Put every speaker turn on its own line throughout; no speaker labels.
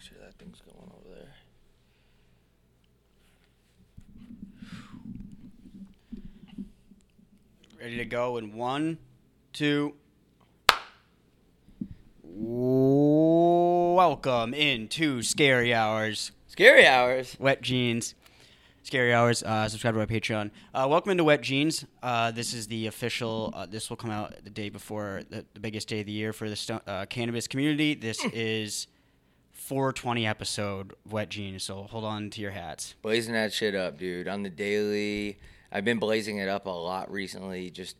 sure that thing's going over there.
Ready to go in one, two. Welcome into Scary Hours.
Scary hours.
Wet Jeans. Scary Hours. Uh, subscribe to our Patreon. Uh, welcome into Wet Jeans. Uh, this is the official. Uh, this will come out the day before the, the biggest day of the year for the sto- uh, cannabis community. This is 420 episode of Wet Jeans. So hold on to your hats.
Blazing that shit up, dude. On the daily. I've been blazing it up a lot recently, just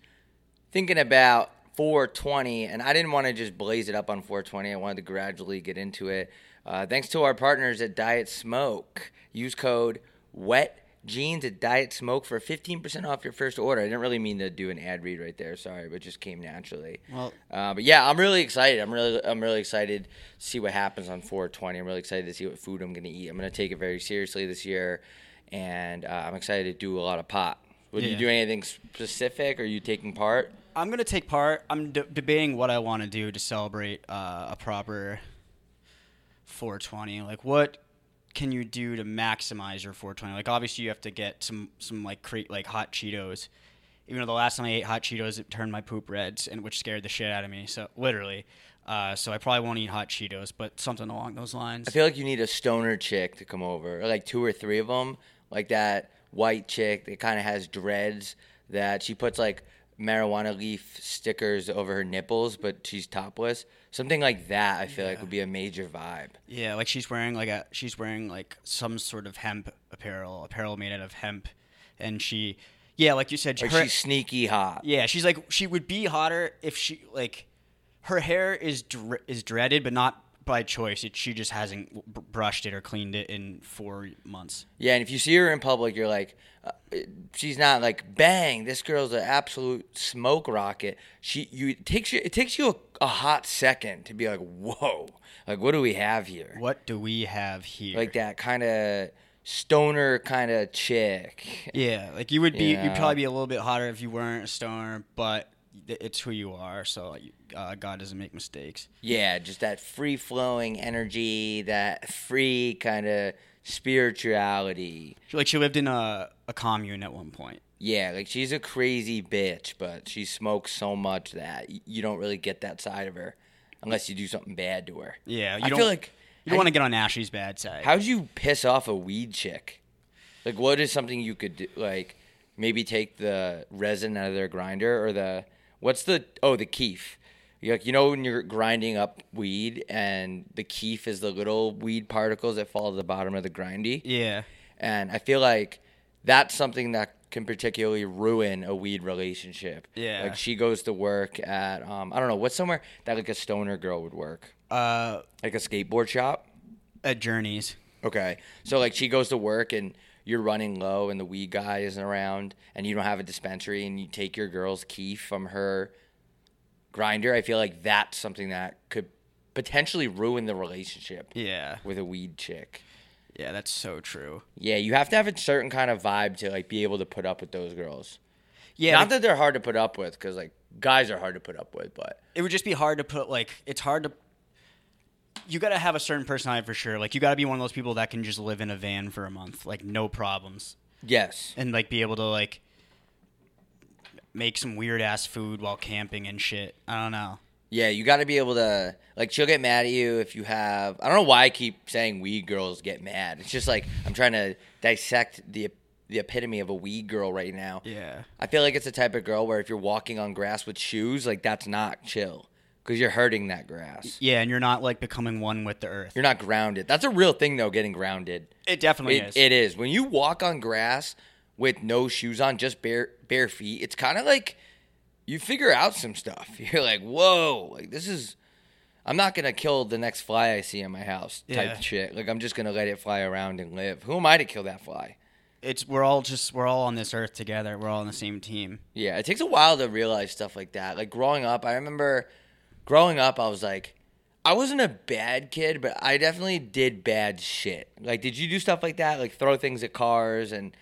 thinking about 420. And I didn't want to just blaze it up on 420. I wanted to gradually get into it. Uh, thanks to our partners at Diet Smoke. Use code WET jeans at diet smoke for 15% off your first order i didn't really mean to do an ad read right there sorry but it just came naturally
Well-
uh, but yeah i'm really excited i'm really i'm really excited to see what happens on 420 i'm really excited to see what food i'm gonna eat i'm gonna take it very seriously this year and uh, i'm excited to do a lot of pot would you
Yeah.
do anything specific are you taking part
I'm gonna take part. I'm de- debating what I want to do to celebrate uh, a proper 420. Like, what can you do to maximize your 420? Like, obviously, you have to get some some like cre- like hot Cheetos. Even though the last time I ate hot Cheetos, it turned my poop red, and which scared the shit out of me. So literally, uh, so I probably won't eat hot Cheetos, but something along those lines.
i feel like you need a stoner chick to come over or like two or three of them like that white chick that kind of has dreads that she puts like marijuana leaf stickers over her nipples but she's topless something like that i feel like would be a major vibe
Yeah, like she's wearing like a she's wearing like some sort of hemp apparel, apparel made out of hemp, and she, yeah, like you said,
like
her-
she's sneaky hot
Yeah, she's like she would be hotter if she like her hair is dre- is dreaded, but not by choice. It, she just hasn't w- br- brushed it or cleaned it in four months.
Yeah, and if you see her in public, you're like, uh, she's not like, bang, this girl's an absolute smoke rocket. She, you it takes you, it takes you a, a hot second to be like, whoa, like what do we have here?
What do we have here?
Like that kind of stoner kind of chick.
yeah, like you would be. You'd
Yeah.
probably be a little bit hotter if you weren't a stoner, but th- it's who you are. So uh, God doesn't make mistakes.
Yeah, just that free flowing energy, that free kind of spirituality.
She, like she lived in a, a commune at one point.
Yeah, like she's a crazy bitch, but she smokes so much that y- you don't really get that side of her unless you do something bad to her.
Yeah, you
I
don't
feel like
you don't want to get on Ashley's bad side.
how'd you piss off a weed chick? Like, what is something you could do? Like, maybe take the resin out of their grinder or the what's the oh the keef. You're like you know when you're grinding up weed and the keef is the little weed particles that fall to the bottom of the grindy.
yeah,
And I feel like that's something that can particularly ruin a weed relationship.
Yeah.
Like she goes to work at um I don't know, what's somewhere that like a stoner girl would work?
uh,
Like a skateboard shop?
at Journeys.
Okay. So like she goes to work and you're running low and the weed guy isn't around and you don't have a dispensary and you take your girl's key from her grinder. I feel like that's something that could potentially ruin the relationship
Yeah,
with a weed chick.
yeah, that's so true.
Yeah, you have to have a certain kind of vibe to like be able to put up with those girls.
Yeah,
Not
like-
that they're hard to put up with, because like guys are hard to put up with, but
it would just be hard to put like it's hard to you got to have a certain personality for sure like you got to be one of those people that can just live in a van for a month like no problems
yes,
and like be able to like make some weird ass food while camping and shit i don't know
yeah, you got to be able to like. She'll get mad at you if you have. I don't know why I keep saying weed girls get mad. It's just like I'm trying to dissect the the epitome of a weed girl right now.
yeah
I feel like it's the type of girl where if you're walking on grass with shoes, like that's not chill, because you're hurting that grass.
yeah and you're not like becoming one with the earth
You're not grounded. That's a real thing though. Getting grounded.
it definitely
It,
is.
it is. When you walk on grass with no shoes on, just bare bare feet, it's kind of like you figure out some stuff. You're like, whoa, like this is. I'm not gonna kill the next fly I see in my house type
Yeah.
shit. Like I'm just gonna let it fly around and live. Who am I to kill that fly?
it's we're all just we're all on this earth together we're all on the same team
Yeah, it takes a while to realize stuff like that. Like growing up, I remember growing up, I was like, I wasn't a bad kid, but I definitely did bad shit. Like, did you do stuff like that? Like throw things at cars and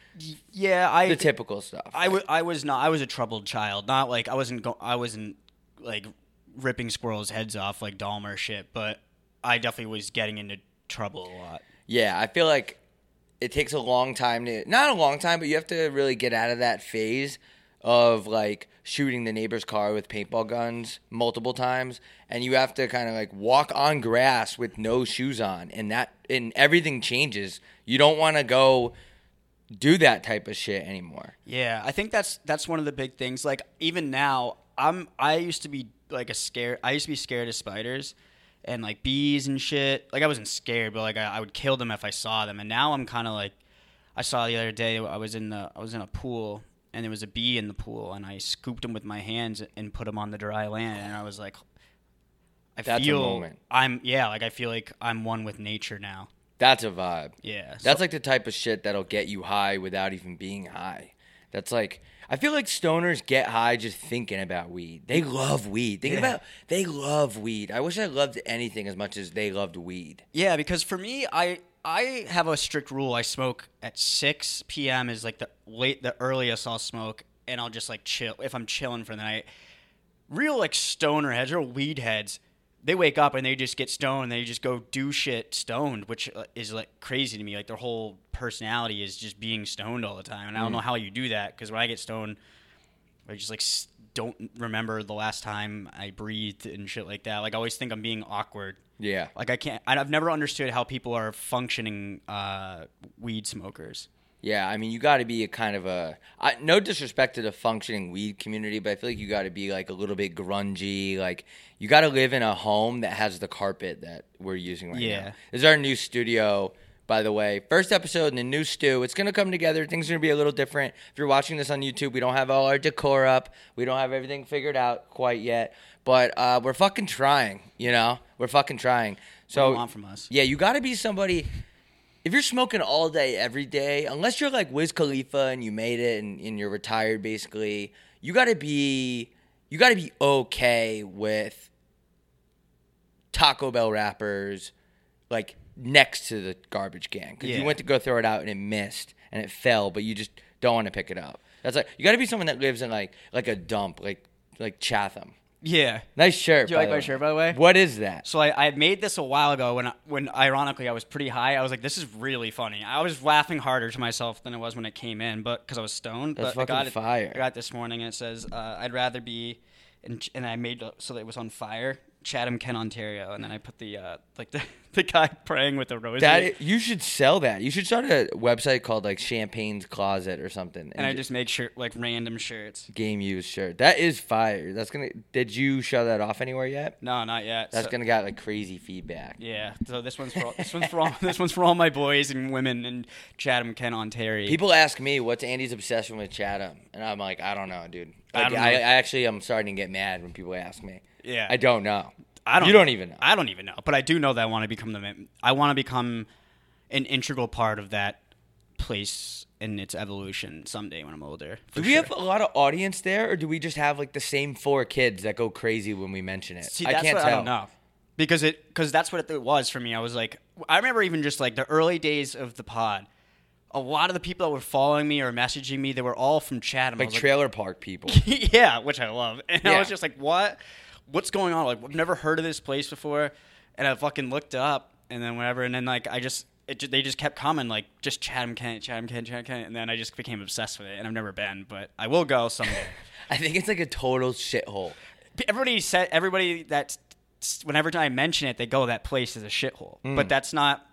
yeah i
the typical stuff.
I, w- I was not I was a troubled child. Not like I wasn't go- I wasn't like ripping squirrels' heads off like Dahmer shit, but I definitely was getting into trouble a lot.
Yeah, I feel like it takes a long time to not a long time, but you have to really get out of that phase of like shooting the neighbor's car with paintball guns multiple times and you have to kind of like walk on grass with no shoes on and that and everything changes. You don't want to go do that type of shit anymore.
Yeah, I think that's that's one of the big things. Like even now, I'm I used to be like a scared. I used to be scared of spiders and like bees and shit. Like I wasn't scared, but like I, I would kill them if I saw them. And now I'm kind of like, I saw the other day I was in the I was in a pool and there was a bee in the pool and I scooped him with my hands and put him on the dry land and I was like, I
That's a
feel
moment.
I'm yeah like I feel like I'm one with nature now.
That's a vibe.
Yeah, so-
That's like the type of shit that'll get you high without even being high. That's like I feel like stoners get high just thinking about weed. They love weed. Thinking
Yeah.
about they love weed. I wish I loved anything as much as they loved weed.
Yeah, because for me, I I have a strict rule. I smoke at six p.m. is like the late, the earliest I'll smoke, and I'll just like chill if I'm chilling for the night. Real like stoner heads or weed heads, they wake up and they just get stoned. They just go do shit stoned, which uh, is like crazy to me. Like their whole personality is just being stoned all the time, and I don't know how you do that because when I get stoned, I just like s- don't remember the last time I breathed and shit like that. Like I always think I'm being awkward.
Yeah.
Like I can't. I- I've never understood how people are functioning uh, weed smokers.
Yeah, I mean, you got to be a kind of a I, no disrespect to the functioning weed community, but I feel like you got to be like a little bit grungy. Like you got to live in a home that has the carpet that we're using right
Yeah.
now. This is our new studio, by the way. First episode in the new stew. It's gonna come together. Things are gonna be a little different. If you're watching this on YouTube, we don't have all our decor up. We don't have everything figured out quite yet, but uh, we're fucking trying. You know, we're fucking trying. So
What do you want from us?
yeah, you got to be somebody. If you're smoking all day, every day, unless you're like Wiz Khalifa and you made it and, and you're retired, basically, you got to be you got to be okay with Taco Bell wrappers, like next to the garbage can because
Yeah.
you went to go throw it out and it missed and it fell, but you just don't want to pick it up. That's like you got to be someone that lives in like like a dump, like like Chatham.
Yeah.
Nice shirt.
Do you
by
like
the
my
way.
shirt, by the way?
What is that?
So I, I had made this a while ago when I, when ironically I was pretty high. I was like, this is really funny. I was laughing harder to myself than it was when it came in, but because I was stoned.
That's
but I got
fucking
it,
fire.
I got it this morning and it says uh, I'd rather be, and, and I made it so that it was on fire. Chatham, Kent, Ontario, and then I put the uh, like the, the guy praying with the rosary.
That i- you should sell that. You should start a website called like Champagne's Closet or something.
and I just make shirt like random shirts.
game used shirt. That is fire. That's gonna. Did you show that off anywhere yet?
No, not yet.
That's
So-
gonna got like crazy feedback.
Yeah, so this one's for all, this one's for all, this one's for all my boys and women in Chatham, Kent, Ontario.
People ask me what's Andy's obsession with Chatham, and I'm like, I don't know, dude.
I
Like, I,
don't know.
I, actually I'm starting to get mad when people ask me.
Yeah.
I don't know.
I don't.
You don't even know.
I don't even know. But I do know that I want to become the. ma- I want to become an integral part of that place in its evolution someday when I'm older. for
do we
sure.
have a lot of audience there, or do we just have like the same four kids that go crazy when we mention it?
See,
I
that's
can't
what
tell.
I don't know. Because it, because that's what it was for me. I was like, I remember even just like the early days of the pod. A lot of the people that were following me or messaging me, they were all from Chatham. I
Like
was like,
trailer park people.
yeah, which I love. And I
Yeah.
was just like, what? What's going on? Like, I've never heard of this place before. And I fucking looked up and then whatever. And then, like, I just, it, ju- they just kept coming, like, just Chatham Kent, Chatham Kent, Chatham Kent. And then I just became obsessed with it. And I've never been, but I will go someday.
I think it's like a total shithole.
But everybody said, everybody that, whenever I mention it, they go, that place is a shithole.
Mm.
But that's not,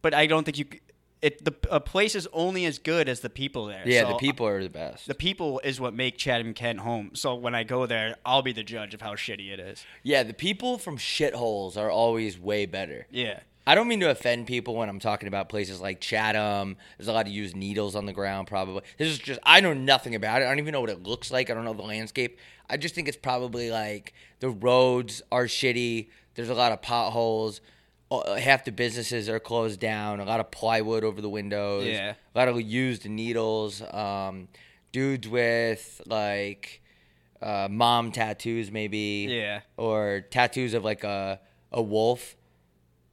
but I don't think you, c- it, the, a place is only as good as the people there.
Yeah, the
So
people are the best.
the people is what make Chatham Kent home. So when I go there, I'll be the judge of how shitty it is.
Yeah, the people from shitholes are always way better.
Yeah.
I don't mean to offend people when I'm talking about places like Chatham. There's a lot of used needles on the ground, probably. This is just, I know nothing about it. I don't even know what it looks like. I don't know the landscape. I just think it's probably like the roads are shitty. There's a lot of potholes. Uh, Half the businesses are closed down. A lot of plywood over the windows.
Yeah.
A lot of used needles. Um, dudes with like uh, mom tattoos, maybe
Yeah.
or tattoos of like a a wolf,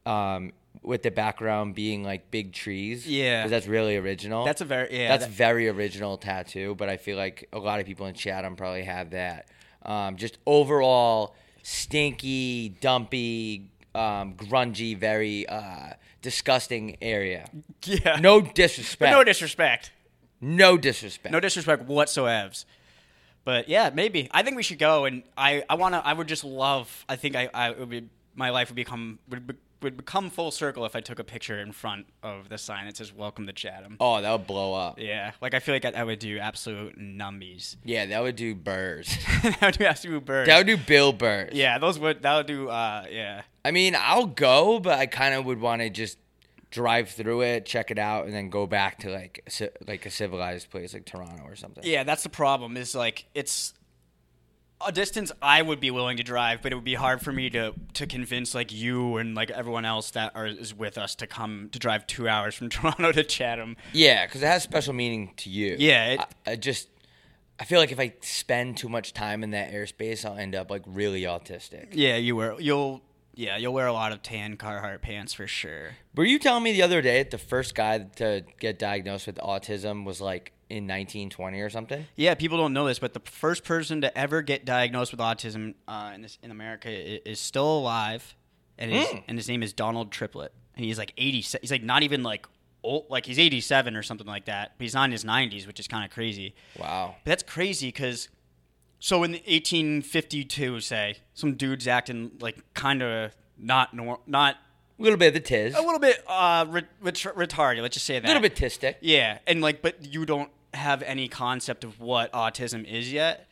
um, with the background being like big trees.
Yeah.
'Cause that's really original.
That's a very yeah.
that's
that-
very original tattoo. But I feel like a lot of people in Chatham probably have that. Um, just overall stinky, dumpy, um, grungy, very uh, disgusting area.
Yeah.
No disrespect.
No disrespect.
No disrespect.
No disrespect whatsoever. But yeah, maybe. I think we should go and I, I wanna I would just love I think I, I it would be my life would become would be, would become full circle if I took a picture in front of the sign that says welcome to Chatham.
oh, that would blow up.
Yeah. Like I feel like I, I would do absolute numbies.
Yeah, that would do burrs.
that would do absolute birds.
that would do Bill burrs.
yeah, those would that would do uh yeah.
I mean, I'll go, but I kind of would want to just drive through it, check it out, and then go back to like a ci- like a civilized place like Toronto or something.
Yeah, that's the problem. Is like it's a distance I would be willing to drive, but it would be hard for me to to convince like you and like everyone else that are is with us to come to drive two hours from Toronto to Chatham.
Yeah, because it has special meaning to you.
Yeah, it-
I, I just I feel like if I spend too much time in that airspace, I'll end up like really autistic.
Yeah, you wear you'll yeah you'll wear a lot of tan Carhartt pants for sure.
Were you telling me the other day that the first guy to get diagnosed with autism was like in 1920 or something?
Yeah, people don't know this, but the first person to ever get diagnosed with autism uh, in this in America is, is still alive, and his and his name is Donald Triplett, and he's like eighty. se- He's like not even like old, like he's eighty seven or something like that. But he's not in his nineties, which is kind of crazy.
Wow.
But that's crazy because, so in 1852, say some dude's acting like kind of not nor- not
A little bit of the tiz. A
a little bit uh re- ret- retarded. Let's just say that
little bit tistic.
yeah, and like, but you don't have any concept of what autism is yet.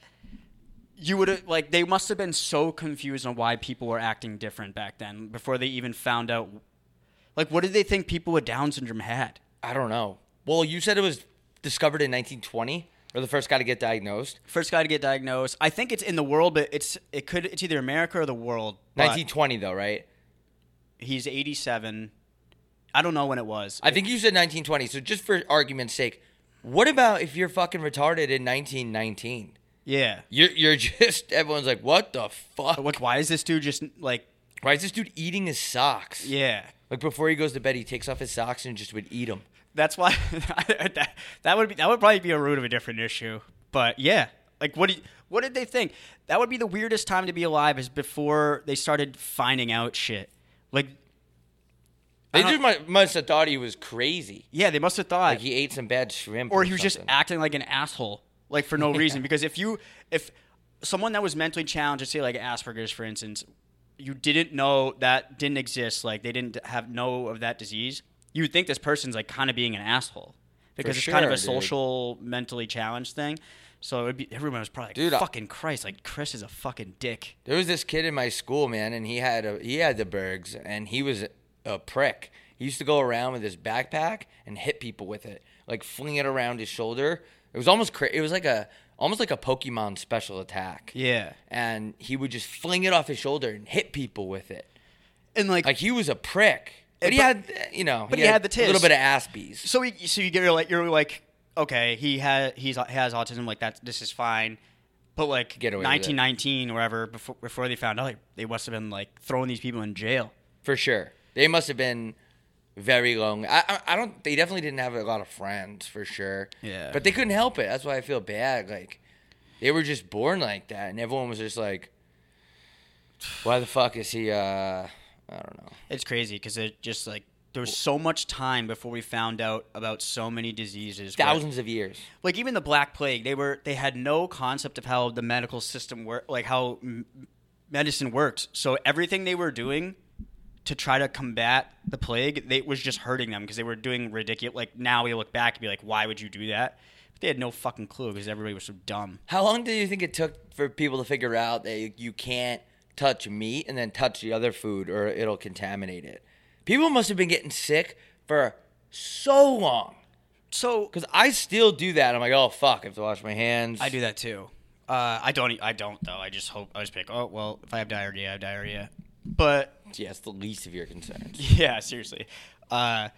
You would have like they must have been so confused on why people were acting different back then before they even found out. Like, what did they think people with Down syndrome had?
I don't know. Well, you said it was discovered in 1920 or the first guy to get diagnosed.
First guy to get diagnosed. I think it's in the world, but it's it could it's either America or the world. but
1920 though, right?
he's eighty seven. I don't know when it was.
I think you said 1920. So just for argument's sake, what about if you're fucking retarded in 1919?
yeah.
You're you're just everyone's like, what the fuck?
What? Why is this dude just like?
Why is this dude eating his socks?
Yeah.
Like before he goes to bed, he takes off his socks and just would eat them.
That's why that, that would be that would probably be a root of a different issue. But yeah, like what do you, what did they think? That would be the weirdest time to be alive is before they started finding out shit. Like
They
don't-
just must, must have thought he was crazy.
yeah, they must have thought
Like he ate some bad shrimp,
or he was just
something.
acting like an asshole, like for no reason. Because if you, if someone that was mentally challenged, say like Asperger's, for instance, you didn't know that didn't exist, like they didn't have know of that disease, you would think this person's like kind of being an asshole because it's kind of
sure,
a
dude.
social mentally challenged thing. So it'd be everyone was probably like,
Dude, I-
fucking Christ, like Chris is a fucking dick.
There was this kid in my school, man, and he had a he had the Bergs, and he was a prick. He used to go around with his backpack and hit people with it, like fling it around his shoulder. It was almost cra- it was like a almost like a Pokemon special attack.
Yeah,
And he would just fling it off his shoulder and hit people with it.
and like,
Like he was a prick. But, he
but-
had you know,
but he had
a
the
little
tis.
bit of Aspies.
so he, so you get you're like you're like okay he has he's has autism like that this is fine but like
Get away with it.
1919 or whatever before, before they found out like, they must have been like throwing these people in jail
For sure. They must have been very lonely. I, I I don't they definitely didn't have a lot of friends for sure.
Yeah.
But they couldn't help it. That's why I feel bad. Like they were just born like that and everyone was just like why the fuck is he uh I don't know.
it's crazy because it just like there was so much time before we found out about so many diseases where-
Thousands of years.
like even the black plague they were they had no concept of how the medical system worked like how m- medicine worked so everything they were doing to try to combat the plague they it was just hurting them because they were doing ridiculous like now we look back and be like why would you do that but they had no fucking clue because everybody was so dumb
How long do you think it took for people to figure out that you- you can't touch meat and then touch the other food or it'll contaminate it? People must have been getting sick for so long.
so
Because I still do that. I'm like, oh fuck, I have to wash my hands.
i do that too uh, i don't e- i don't though i just hope i just pick oh well if i have diarrhea i have diarrhea but
Yeah, it's the least of your concerns.
Yeah, seriously. Uh,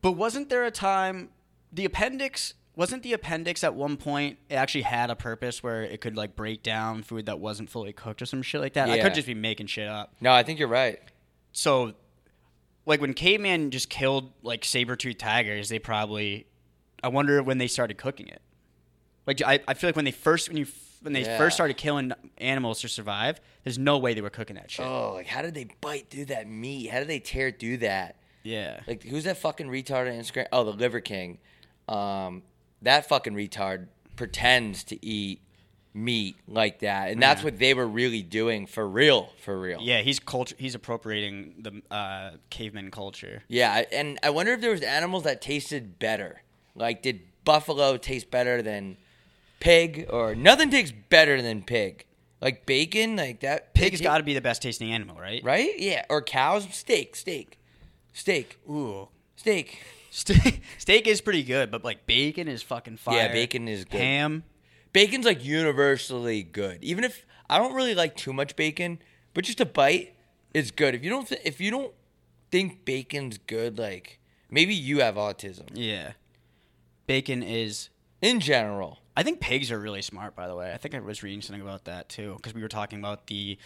but wasn't there a time the appendix wasn't the appendix at one point it actually had a purpose where it could like break down food that wasn't fully cooked or some shit like that? I
Yeah.
could just be making shit up.
No, I think you're right.
So like when caveman just killed like saber-toothed tigers, they probably I wonder when they started cooking it. Like I, I feel like when they first when you f- when they
Yeah.
first started killing animals to survive, there's no way they were cooking that shit.
Oh, like how did they bite through that meat? How did they tear through that?
yeah.
Like who's that fucking retard on Instagram? Oh, the Liver King. Um, that fucking retard pretends to eat meat like that, and that's
Yeah.
what they were really doing for real, for real.
yeah, he's culture. He's appropriating the uh, caveman culture.
Yeah, I- and I wonder if there was animals that tasted better. Like, did buffalo taste better than pig? Or nothing tastes better than pig. Like bacon, like that.
Pig's got to be the best tasting animal, right?
right. Yeah, or cows. Steak, steak, steak,
Ooh.
steak.
Steak, steak is pretty good, but like bacon is fucking fire.
Yeah, bacon is good.
Ham.
Bacon's like universally good. Even if I don't really like too much bacon, but just a bite is good. If you don't, th- if you don't think bacon's good, like maybe you have autism
Yeah. Bacon is.
in general.
I think pigs are really smart, by the way. I think I was reading something about that too, because we were talking about the.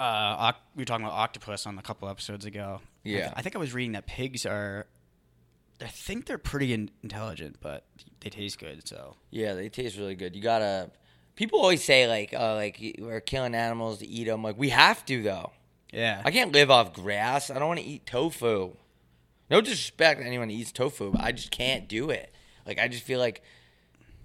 Uh, oc- we were talking about octopus on a couple episodes ago. I th-
Yeah.
I think I was reading that pigs are. I think they're pretty in- intelligent, but they taste good. So
Yeah, they taste really good. You gotta. People always say like, "Oh, like y- we're killing animals to eat them." Like we have to though.
yeah,
I can't live off grass. I don't want to eat tofu. No disrespect to anyone who eats tofu, but I just can't do it. Like I just feel like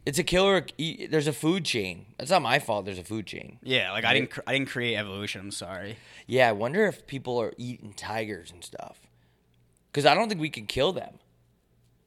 it's a killer. e- There's a food chain. That's not my fault. There's a food chain.
yeah. Like I didn't, cr- I didn't create evolution. I'm sorry.
Yeah, I wonder if people are eating tigers and stuff. Because I don't think we could kill them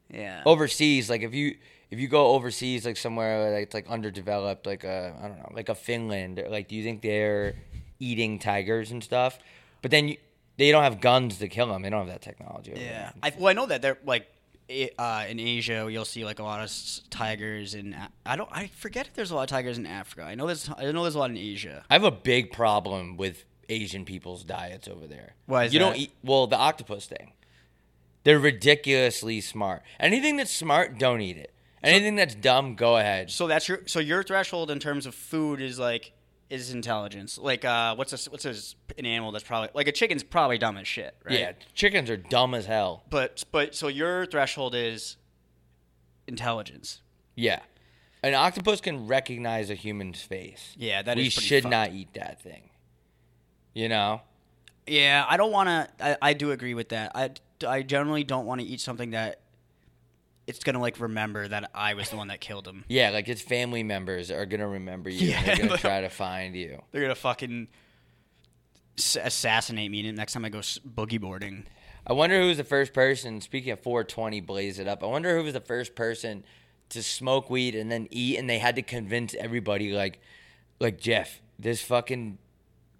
Yeah.
Oh. overseas. Like if you if you go overseas, like somewhere like it's like underdeveloped, like a I don't know, like a Finland. Like, do you think they're eating tigers and stuff? But then you, they don't have guns to kill them. They don't have that technology. over
Yeah.
there.
I, well, I know that they're like i- uh, in Asia, you'll see like a lot of s- tigers, and I don't. I forget if there's a lot of tigers in Africa. I know there's. I know there's a lot in Asia.
I have a big problem with Asian people's diets over there.
Why is
you
that?
don't eat? Well, the octopus thing. They're ridiculously smart. Anything that's smart, don't eat it. Anything that's dumb, go ahead.
So that's your. So your threshold in terms of food is like is intelligence. Like uh, what's a s- what's a s an animal that's probably like a chicken's probably dumb as shit, right?
Yeah, chickens are dumb as hell.
But but so your threshold is intelligence.
Yeah. An octopus can recognize a human's face.
Yeah, that
we
is pretty
should
fucked.
not eat that thing. You know?
Yeah, I don't want to. I, I do agree with that. I, I generally don't want to eat something that it's gonna like remember that I was the one that killed him.
Yeah, like its family members are gonna remember you. and they're
Yeah,
gonna
but-
try to find you.
They're gonna fucking s- assassinate me the next time I go s- boogie boarding.
I wonder who was the first person. Speaking of 420, blaze it up. I wonder who was the first person to smoke weed and then eat, and they had to convince everybody, like, like Jeff, this fucking,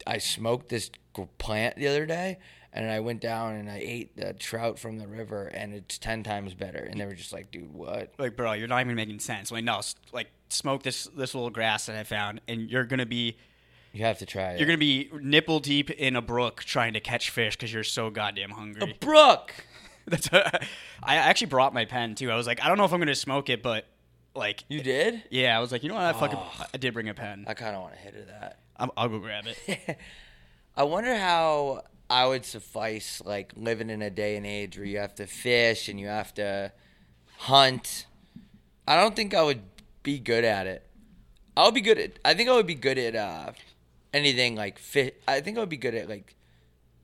I smoked this g- plant the other day, and I went down and I ate the trout from the river, and it's ten times better. And they were just like, dude, what?
Like, bro, you're not even making sense. Like, no, s- like smoke this this little grass that I found, and you're gonna be
You have to try it.
you're gonna be nipple deep in a brook trying to catch fish because you're so goddamn
Oh.
hungry.
Brooke.
That's I actually brought my pen too. I was like, I don't know if I'm gonna smoke it, but like
You did?
Yeah, I was like, you know what? I fucking Ah. I did bring a pen.
I kind of want to hit her that.
I'm, I'll go grab it.
I wonder how I would suffice like living in a day and age where you have to fish and you have to hunt. I don't think I would be good at it. I would be good at. I think I would be good at uh, anything like fish. I think I would be good at like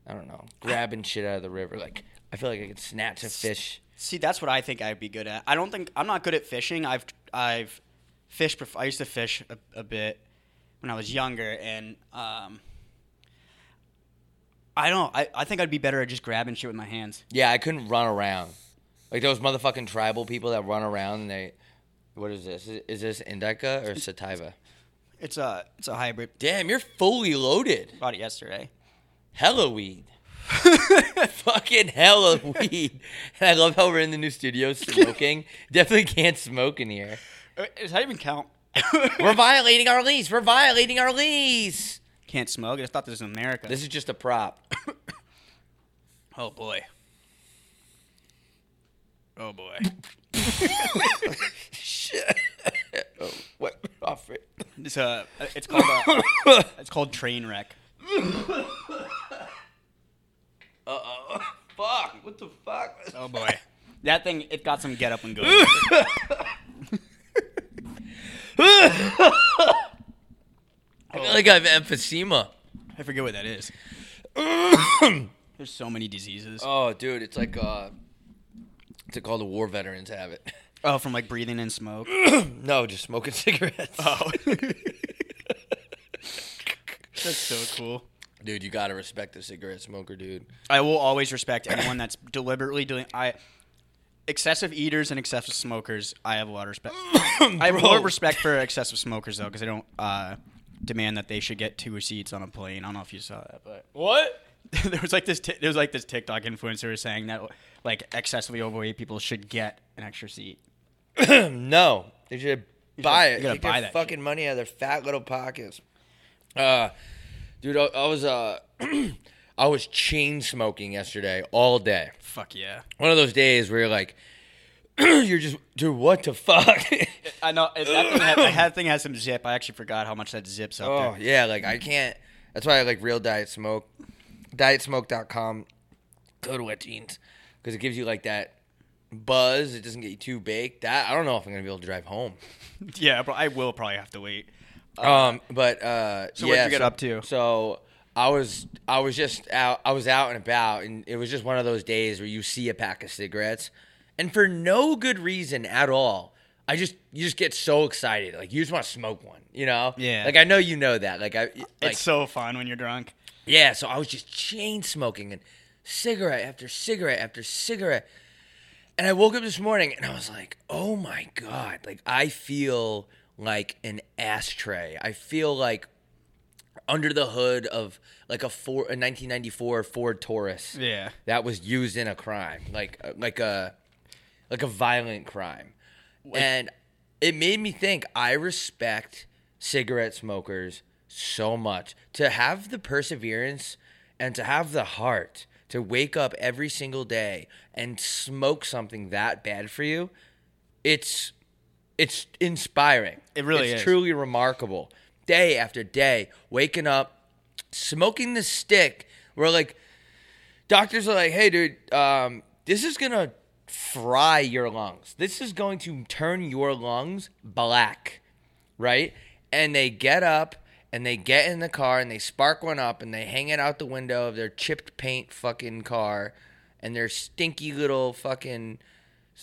I don't know grabbing shit out of the river. Like I feel like I could snatch a fish.
See, that's what I think I'd be good at. I don't think I'm not good at fishing. I've I've fished. bef- I used to fish a, a bit when I was younger, and um, I don't. I, I think I'd be better at just grabbing shit with my hands.
Yeah, I couldn't run around. Like those motherfucking tribal people that run around and they. What is this? Is- Is this indica or sativa?
It's a it's a hybrid.
Damn, you're fully loaded.
Bought it yesterday. Uh,
hella weed. Fucking hella weed. And I love how we're in the new studio smoking. Definitely can't smoke in here.
Uh, Does that even count?
We're violating our lease. We're violating our lease.
Can't smoke. I just thought this was America.
This is just a prop.
oh boy. Oh boy.
Shit. oh, what profit?
It's a. uh, It's called. A, it's called train wreck.
Fuck. What the fuck?
Oh boy, that thing it got some get up and go.
like I have emphysema.
I forget what that is. There's so many diseases.
Oh, dude, it's like uh, it's like all the war veterans have it.
Oh, from like breathing in smoke.
No, just smoking cigarettes.
Oh. That's so cool.
Dude, you gotta respect the cigarette smoker, dude.
I will always respect anyone that's deliberately doing. I excessive eaters and excessive smokers. I have a lot of respect. I have more respect for excessive smokers though, because they don't uh, demand that they should get two seats on a plane. I don't know if you saw that, but
What?
there was like this. T- there was like this TikTok influencer saying that like excessively overweight people should get an extra seat.
No, they should buy
should-
it.
you gotta
Take
buy
their
that
fucking money out of their fat little pockets. Uh, dude, I, I was uh, I was chain smoking yesterday all day.
Fuck yeah.
One of those days where you're like, you're just, dude, what the fuck?
I know it- that thing, had, that thing has some zip. I actually forgot how much that zips up
oh
there.
yeah, like I can't. That's why I like real diet smoke. Dietsmoke.com. Go to wet jeans because it gives you like that buzz. It doesn't get you too baked. That I don't know if I'm gonna be able to drive home.
Oh, Yeah, but I will probably have to wait.
Um, but uh,
So
yeah,
what'd you get
so-
up to?
So I was I was just out I was out and about, and it was just one of those days where you see a pack of cigarettes, and for no good reason at all. I just you just get so excited, like you just want to smoke one, you know?
Yeah.
Like I know you know that. Like I, like,
it's so fun when you're drunk.
yeah, so I was just chain smoking and cigarette after cigarette after cigarette. And I woke up this morning and I was like, oh my God. Like, I feel like an ashtray. I feel like under the hood of like a, four, a 1994 Ford Taurus
Yeah.
that was used in a crime, like uh, like a like a violent crime, and it made me think. I respect cigarette smokers so much to have the perseverance and to have the heart to wake up every single day and smoke something that bad for you. It's it's inspiring.
It really
it's
is.
truly remarkable. Day after day, waking up, smoking the stick. Where like doctors are like, hey, dude, um, this is gonna fry your lungs. This is going to turn your lungs black, right? And they get up and they get in the car and they spark one up and they hang it out the window of their chipped paint fucking car and their stinky little fucking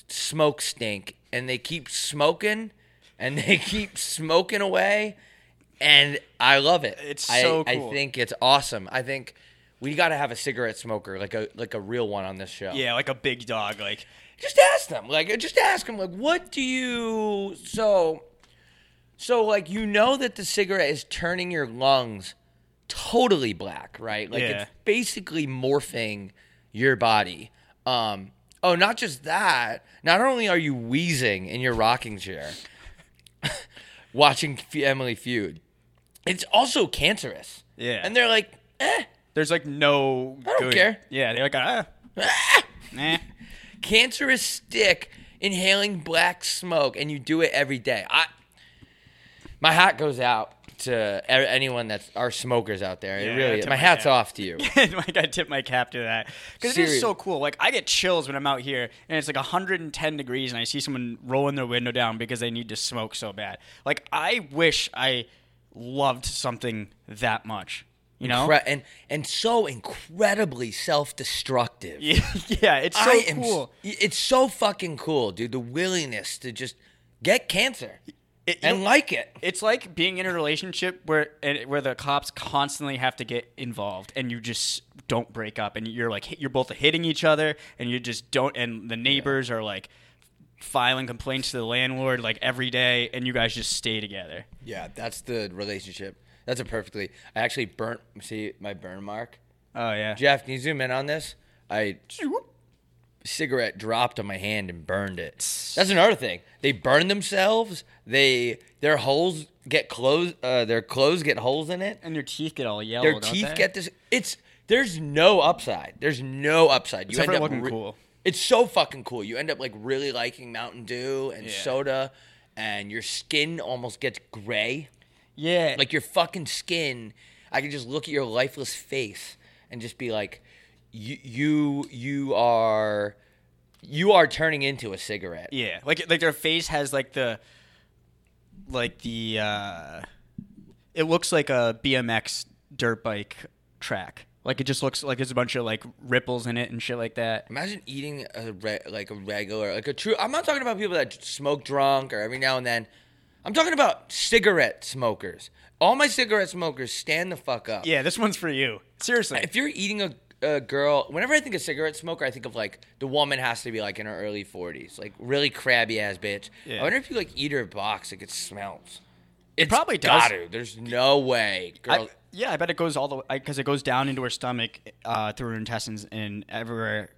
smoke stink and they keep smoking and they keep smoking away and I love it.
It's
I-
so
I
cool.
think it's awesome. I think we got to have a cigarette smoker like a like a real one on this show.
Yeah, like a big dog. Like
Just ask them. Like just ask them like what do you so so like you know that the cigarette is turning your lungs totally black, right? Like
Yeah.
it's basically morphing your body. Um oh, not just that. Not only are you wheezing in your rocking chair watching Emily Feud. It's also cancerous.
Yeah.
And they're like, "Eh,
there's like no. I
don't care.
Yeah, they're like ah, nah.
cancerous stick inhaling black smoke and you do it every day. I my hat goes out to e- anyone that's our smokers out there.
Yeah,
it
I
really
tip
my
my
hat's
cap.
off to you.
like I tip my cap to that because it is
Serious.
so cool. Like I get chills when I'm out here and it's like 110 degrees and I see someone rolling their window down because they need to smoke so bad. Like I wish I loved something that much. You know?
Cre- and and so incredibly self-destructive.
Yeah, yeah, it's so
I am s-
cool.
It's so fucking cool, dude. The willingness to just get cancer
It- you
and
know-
like it.
It's like being in a relationship where and, where the cops constantly have to get involved, and you just don't break up, and you're like hit- you're both hitting each other, and you just don't, and the neighbors are like filing complaints to the landlord like every day, and you guys just stay together.
Yeah, that's the relationship. That's a perfectly. I actually burnt. See my burn mark.
Oh yeah,
Jeff, can you zoom in on this? I cigarette dropped on my hand and burned it. That's another thing. They burn themselves. They their holes get clothes. Uh, their clothes get holes in it.
and your teeth get all yellow.
Their
Oh, don't
teeth
they?
get this. It's there's no upside. There's no upside. You
Except
end
for
up
looking cool.
It's so fucking cool. You end up like really liking Mountain Dew and
Yeah.
soda, and your skin almost gets gray. Eh.
yeah,
Like your fucking skin, I can just look at your lifeless face and just be like, you you you are you are turning into a cigarette.
yeah, like like their face has like the like the uh it looks like a BMX dirt bike track. Like it just looks like there's a bunch of like ripples in it and shit like that.
Imagine eating a re- like a regular, like a true. I'm not talking about people that smoke drunk or every now and then. I'm talking about cigarette smokers. All my cigarette smokers, stand the fuck up.
Yeah, this one's for you. Seriously.
If you're eating a, a girl, whenever I think of cigarette smoker, I think of like the woman has to be like in her early 40s, like really crabby ass bitch.
Yeah.
I wonder if you like eat her box, like it smells. It
probably does.
got to. There's no way, girl.
I, yeah, I bet it goes all the way because it goes down into her stomach, uh, through her intestines, and everywhere.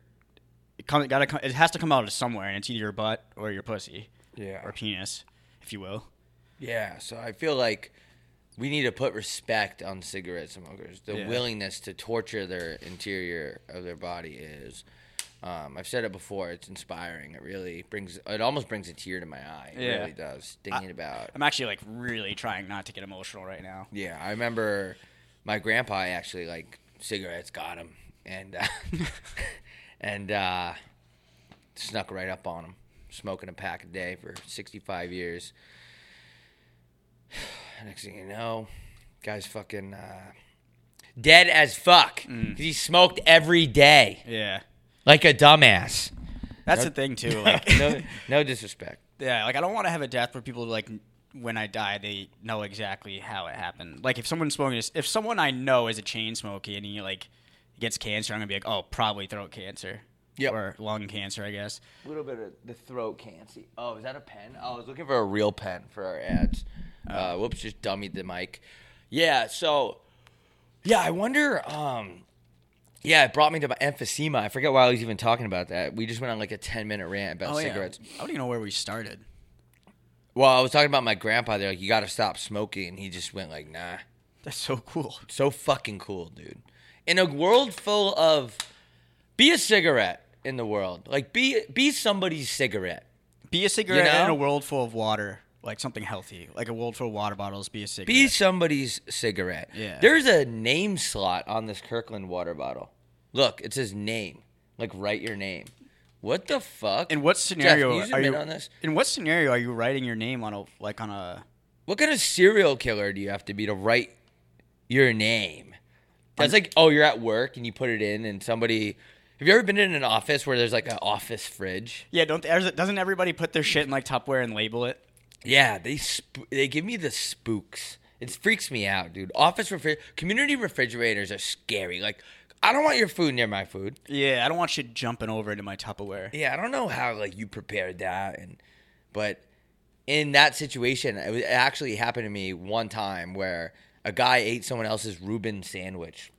It come, gotta come, It has to come out of somewhere, and it's either your butt or your pussy,
Yeah.
or penis, if you will.
Yeah, so I feel like we need to put respect on cigarette smokers. The
Yeah.
willingness to torture their interior of their body is. Um, I've said it before. It's inspiring. It really brings. It almost brings a tear to my eye. It
Yeah.
really does. Thinking about.
I'm actually like really trying not to get emotional right now.
Yeah, I remember my grandpa actually like cigarettes got him, and uh, and uh, snuck right up on him, smoking a pack a day for 65 years. Next thing you know, guy's fucking uh, dead as fuck 'cause he smoked every day
Yeah,
like a dumbass.
that's the thing too. Like,
No, no disrespect.
yeah, like I don't want to have a death where people like when I die they know exactly how it happened. Like if someone's smoking, if someone I know is a chain smoker and he like gets cancer, I'm gonna be like, oh, probably throat cancer.
Yep.
or lung cancer, I guess.
A little bit of the throat cancer. Oh, is that a pen? Oh, I was looking for a real pen for our ads. Uh, whoops, just dummied the mic. Yeah, so yeah, I wonder. Um, yeah, it brought me to my emphysema. I forget why I was even talking about that. We just went on like a ten minute rant
Oh,
about cigarettes.
I don't even know where we started.
Well, I was talking about my grandpa. They're like, you got to stop smoking. And he just went like, nah.
That's so cool.
So fucking cool, dude. In a world full of, be a cigarette in the world. Like be be somebody's cigarette.
Be a cigarette
You know?
in a world full of water, like something healthy, like a world full of water bottles. Be a cigarette.
be somebody's cigarette.
Yeah.
There's a name slot on this Kirkland water bottle. Look, it says name. Like write your name. What the fuck?
in what scenario
Jeff, can
are
you zoom
you
in on this?
In what scenario are you writing your name on a like on a
What kind of serial killer do you have to be to write your name? That's like, oh, you're at work and you put it in, and somebody. Have you ever been in an office where there's like an office fridge?
Yeah, don't doesn't everybody put their shit in like Tupperware and label it?
Yeah, they sp- they give me the spooks. It freaks me out, dude. Office refri- community refrigerators are scary. Like, I don't want your food near my food.
Yeah, I don't want shit jumping over into my Tupperware.
yeah, I don't know how like you prepared that, and but in that situation, it, was, it actually happened to me one time where a guy ate someone else's Reuben sandwich.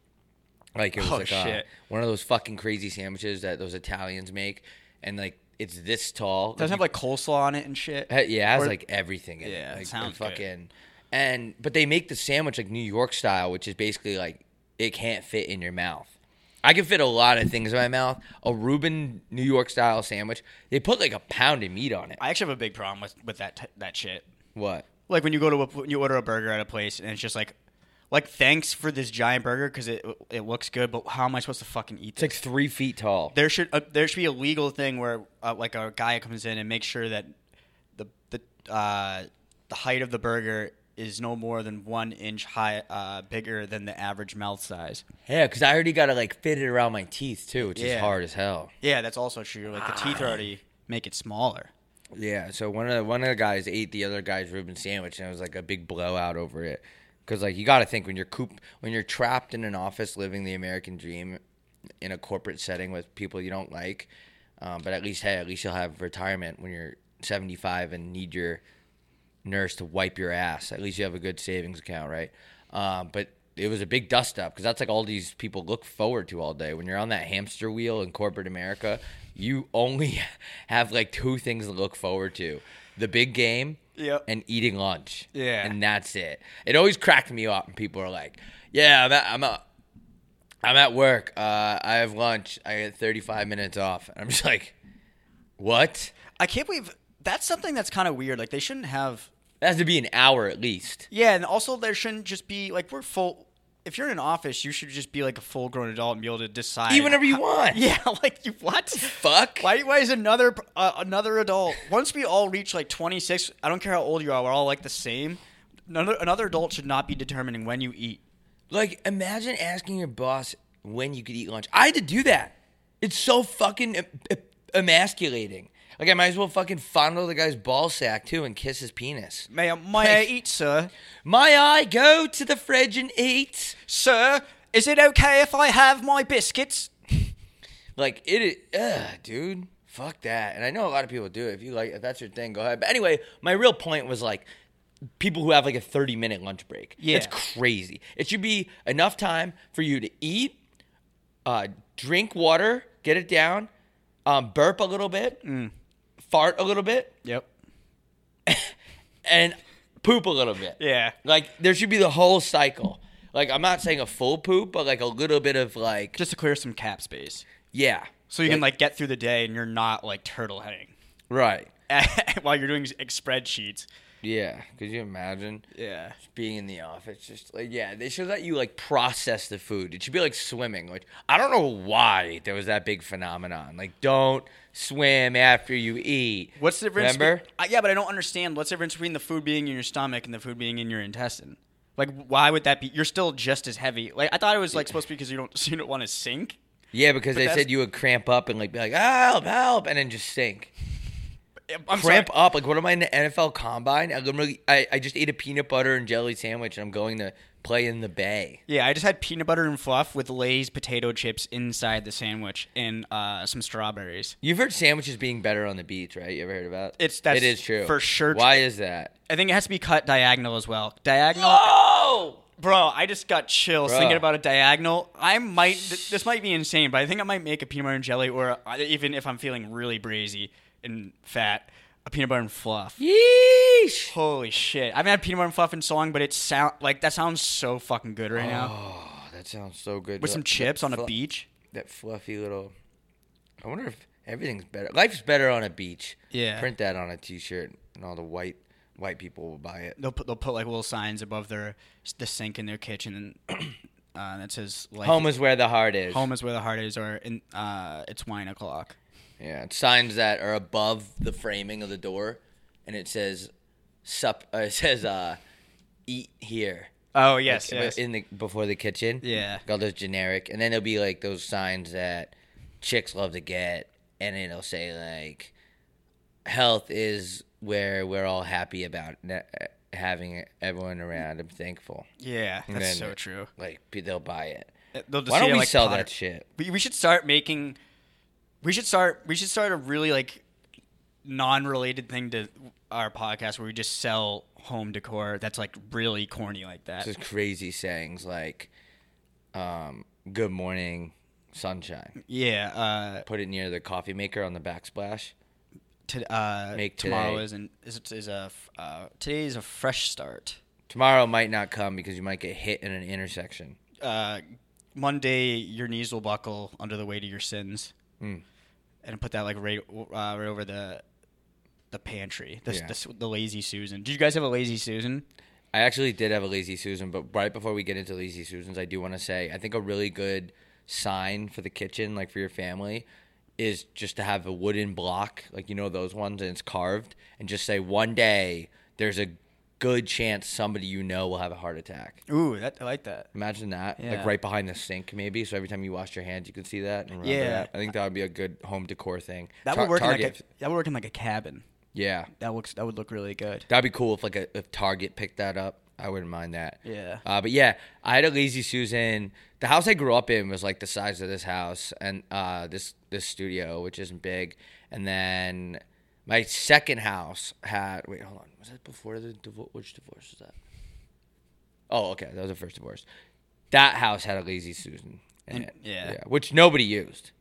Like it was
Oh,
like uh,
shit.
one of those fucking crazy sandwiches that those Italians make, and like it's this tall.
Doesn't have like coleslaw on it and shit.
He- Yeah, it has
Or-
like everything in
Yeah,
it. Like,
sounds
and
good.
fucking and but they make the sandwich like New York style, which is basically like it can't fit in your mouth. I can fit a lot of things in my mouth. A Reuben New York style sandwich. They put like a pound of meat on it.
I actually have a big problem with with that t- that shit.
What?
Like when you go to a, when you order a burger at a place and it's just like, like thanks for this giant burger because it it looks good, but how am I supposed to fucking eat
It's like
this?
three feet tall.
there should uh, there should be a legal thing where uh, like a guy comes in and makes sure that the the uh, the height of the burger is no more than one inch high uh, bigger than the average mouth size.
Yeah, because I already gotta like fit it around my teeth too, which
Yeah.
is hard as hell.
Yeah, that's also true. Like the teeth already make it smaller.
Yeah, so one of the, one of the guys ate the other guy's Reuben sandwich, and it was like a big blowout over it. Because like you got to think when you're coop when you're trapped in an office living the American dream in a corporate setting with people you don't like, um, but at least hey, at least you'll have retirement when you're 75 and need your nurse to wipe your ass. At least you have a good savings account, right? Um, but it was a big dust up because that's like all these people look forward to all day. When you're on that hamster wheel in corporate America, you only have like two things to look forward to the big game
Yep.
and eating lunch.
Yeah.
And that's it. It always cracked me up when people are like, yeah, I'm at, I'm at, I'm at work. Uh, I have lunch. I get 35 minutes off. And I'm just like, what?
I can't believe that's something that's kind of weird. Like they shouldn't have.
That has to be an hour at least.
Yeah, and also there shouldn't just be like we're full. If you're in an office, you should just be like a full grown adult and be able to decide.
Eat whenever you want.
Yeah, like you what?
Fuck.
Why? Why is another uh, another adult? Once we all reach like 26, I don't care how old you are, we're all like the same. another, another adult should not be determining when you eat.
Like, imagine asking your boss when you could eat lunch. I had to do that. It's so fucking em- em- emasculating. Like, I might as well fucking fondle the guy's ball sack too and kiss his penis.
May I, may I eat, sir?
May I go to the fridge and eat?
Sir, is it okay if I have my biscuits?
Like, it is, ugh, dude. Fuck that. And I know a lot of people do it. If you like, if that's your thing, go ahead. But anyway, my real point was like, people who have like a 30 minute lunch break.
Yeah.
It's crazy. It should be enough time for you to eat, uh, drink water, get it down, um, burp a little bit,
Mm.
fart a little bit,
Yep.
and poop a little bit.
Yeah.
Like there should be the whole cycle. Like I'm not saying a full poop, but like a little bit of like
Just to clear some cap space.
yeah.
So you can like get through the day and you're not like turtle heading
Right.
while you're doing s- spreadsheets.
Yeah. Could you imagine
Yeah.
being in the office? Just like yeah, they should let you like process the food. It should be like swimming. Like I don't know why there was that big phenomenon. Like don't swim after you eat.
What's the difference? be-
Remember?
Uh, yeah, but I don't understand. What's the difference between the food being in your stomach and the food being in your intestine? Like, why would that be? You're still just as heavy. Like, I thought it was like supposed to be because you don't you don't want to sink.
Yeah, because they
that's-
said you would cramp up and like be like help, help, and then just sink.
I'm
cramp
sorry.
up. Like, what am I in the NFL combine? I literally, I, I just ate a peanut butter and jelly sandwich, and I'm going to play in the bay.
Yeah, I just had peanut butter and fluff with Lay's potato chips inside the sandwich and uh, some strawberries.
You've heard sandwiches being better on the beach, right? You ever heard about?
It's- that's
it is true
for sure
Why is that?
I think it has to be cut diagonal as well. Diagonal.
Oh,
Bro, I just got chills
Bro.
thinking about a diagonal. I might, th- this might be insane, but I think I might make a peanut butter and jelly, or uh even if I'm feeling really breezy and fat, a peanut butter and fluff.
yeesh!
Holy shit! I haven't had peanut butter and fluff in so long, but it sound like that sounds so fucking good right now
Oh, that sounds so good.
with some
That-
chips
that
on a
flu-
beach.
That fluffy little. I wonder if everything's better. Life's better on a beach.
Yeah.
Print that on a T-shirt, and all the white white people will buy it.
They'll put they'll put like little signs above their the sink in their kitchen and uh, that says like
Home is where the heart is.
home is where the heart is, or in, uh, it's wine o'clock.
Yeah, it's signs that are above the framing of the door, and it says "sup." Uh, it says uh, "eat here."
Oh yes,
Like,
yes.
In the before the kitchen.
Yeah.
Got those generic, and then there'll be like those signs that chicks love to get, and it'll say like, "Health is where we're all happy about ne- having everyone around. I'm thankful."
yeah,
And
that's
then,
so true.
Like pe- they'll buy it.
They'll just
Why
see,
don't we
like,
sell
Potter-
that shit?
We, we should start making. We should start. We should start a really like non-related thing to our podcast where we just sell home decor that's like really corny like that.
just crazy sayings like um, good morning sunshine
yeah. Uh,
put it near the coffee maker on the backsplash
to, uh,
Make
tomorrow
today.
is an, is it- is a f- uh, today is a fresh start.
tomorrow might not come because you might get hit in an intersection
Uh, Monday, your knees will buckle under the weight of your sins, and put that like right uh, right over the the pantry. The,
Yeah.
the the lazy Susan. Did you guys have a lazy Susan?
i actually did have a lazy susan but right before we get into lazy susans i do want to say i think a really good sign for the kitchen like for your family is just to have a wooden block like you know those ones and it's carved and just say one day there's a good chance somebody you know will have a heart attack
Ooh, that I like that.
Imagine that,
Yeah.
like right behind the sink, maybe. So every time you wash your hands, you can see that. And remember
Yeah.
that. I think that would be a good home decor thing.
That
Tar-
would work in like
Target-
a, that would work in like a cabin.
yeah,
That looks that would look really good.
that'd be cool if like a, if Target picked that up. I wouldn't mind that.
Yeah.
Uh, but yeah, I had a lazy Susan. The house I grew up in was like the size of this house and uh, this this studio, which isn't big. And then my second house had wait, hold on, was that before the divorce? Which divorce was that? Oh, okay, that was the first divorce. That house had a lazy Susan in
And-
it.
Mm, yeah.
which nobody used.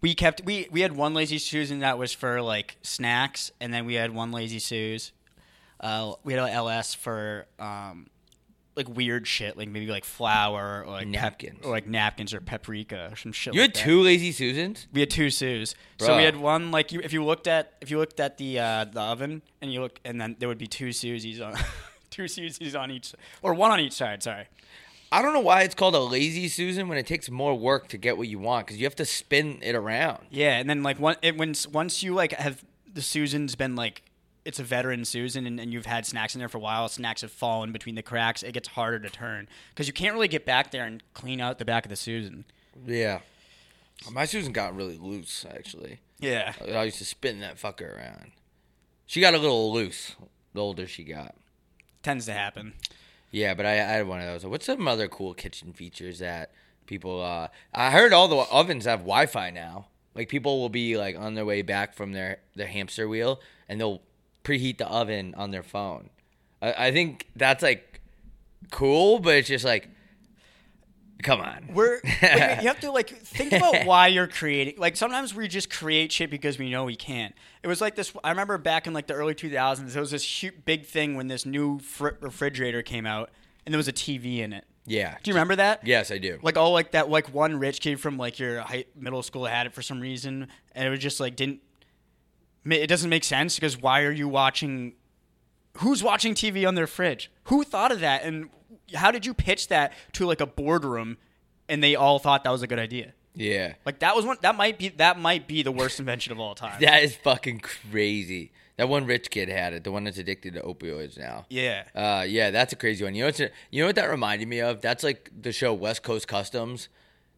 We kept we we had one lazy Susan that was for like snacks, and then we had one lazy Suze. Uh, we had a LS for um, like weird shit, like maybe like flour or like pep-
Napkins.
or like napkins or paprika or some shit.
You
like
had
that.
two lazy Susans.
We had two Sues. So we
Bruh.
had one like you if you looked at if you looked at the uh, the oven and you look and then there would be two Susies on two Susies on each or one on each side. Sorry.
I don't know why it's called a lazy Susan when it takes more work to get what you want because you have to spin it around.
Yeah, and then like one, it, once once you like have the Susan's been like it's a veteran Susan and, and you've had snacks in there for a while, snacks have fallen between the cracks, it gets harder to turn because you can't really get back there and clean out the back of the Susan.
Yeah. My Susan got really loose, actually.
Yeah.
I- I used to spin that fucker around. She got a little loose the older she got.
Tends to happen.
Yeah, but I, I had one of those. What's some other cool kitchen features that people? Uh, I heard all the ovens have Wi-Fi now. Like people will be like on their way back from their their hamster wheel, and they'll preheat the oven on their phone. I, I think that's like cool, but it's just like, come on.
We're like, you have to like think about why you're creating. Like sometimes we just create shit because we know we can't. It was like this. I remember back in like the early 2000s, there was this huge, big thing when this new fr- refrigerator came out, and there was a TV in it.
yeah.
Do you remember that?
Yes, I do.
Like all like that like one rich kid from like your high, middle school had it for some reason, and it was just like didn't. ma- It doesn't make sense because why are you watching? Who's watching TV on their fridge? Who thought of that? And how did you pitch that to like a boardroom? And they all thought that was a good idea.
yeah.
Like that was one. That might be. That might be the worst invention of all time.
That is fucking crazy. That one rich kid had it. The one that's addicted to opioids now.
yeah.
Uh, yeah, that's a crazy one. You know what's you know what that reminded me of? That's like the show West Coast Customs,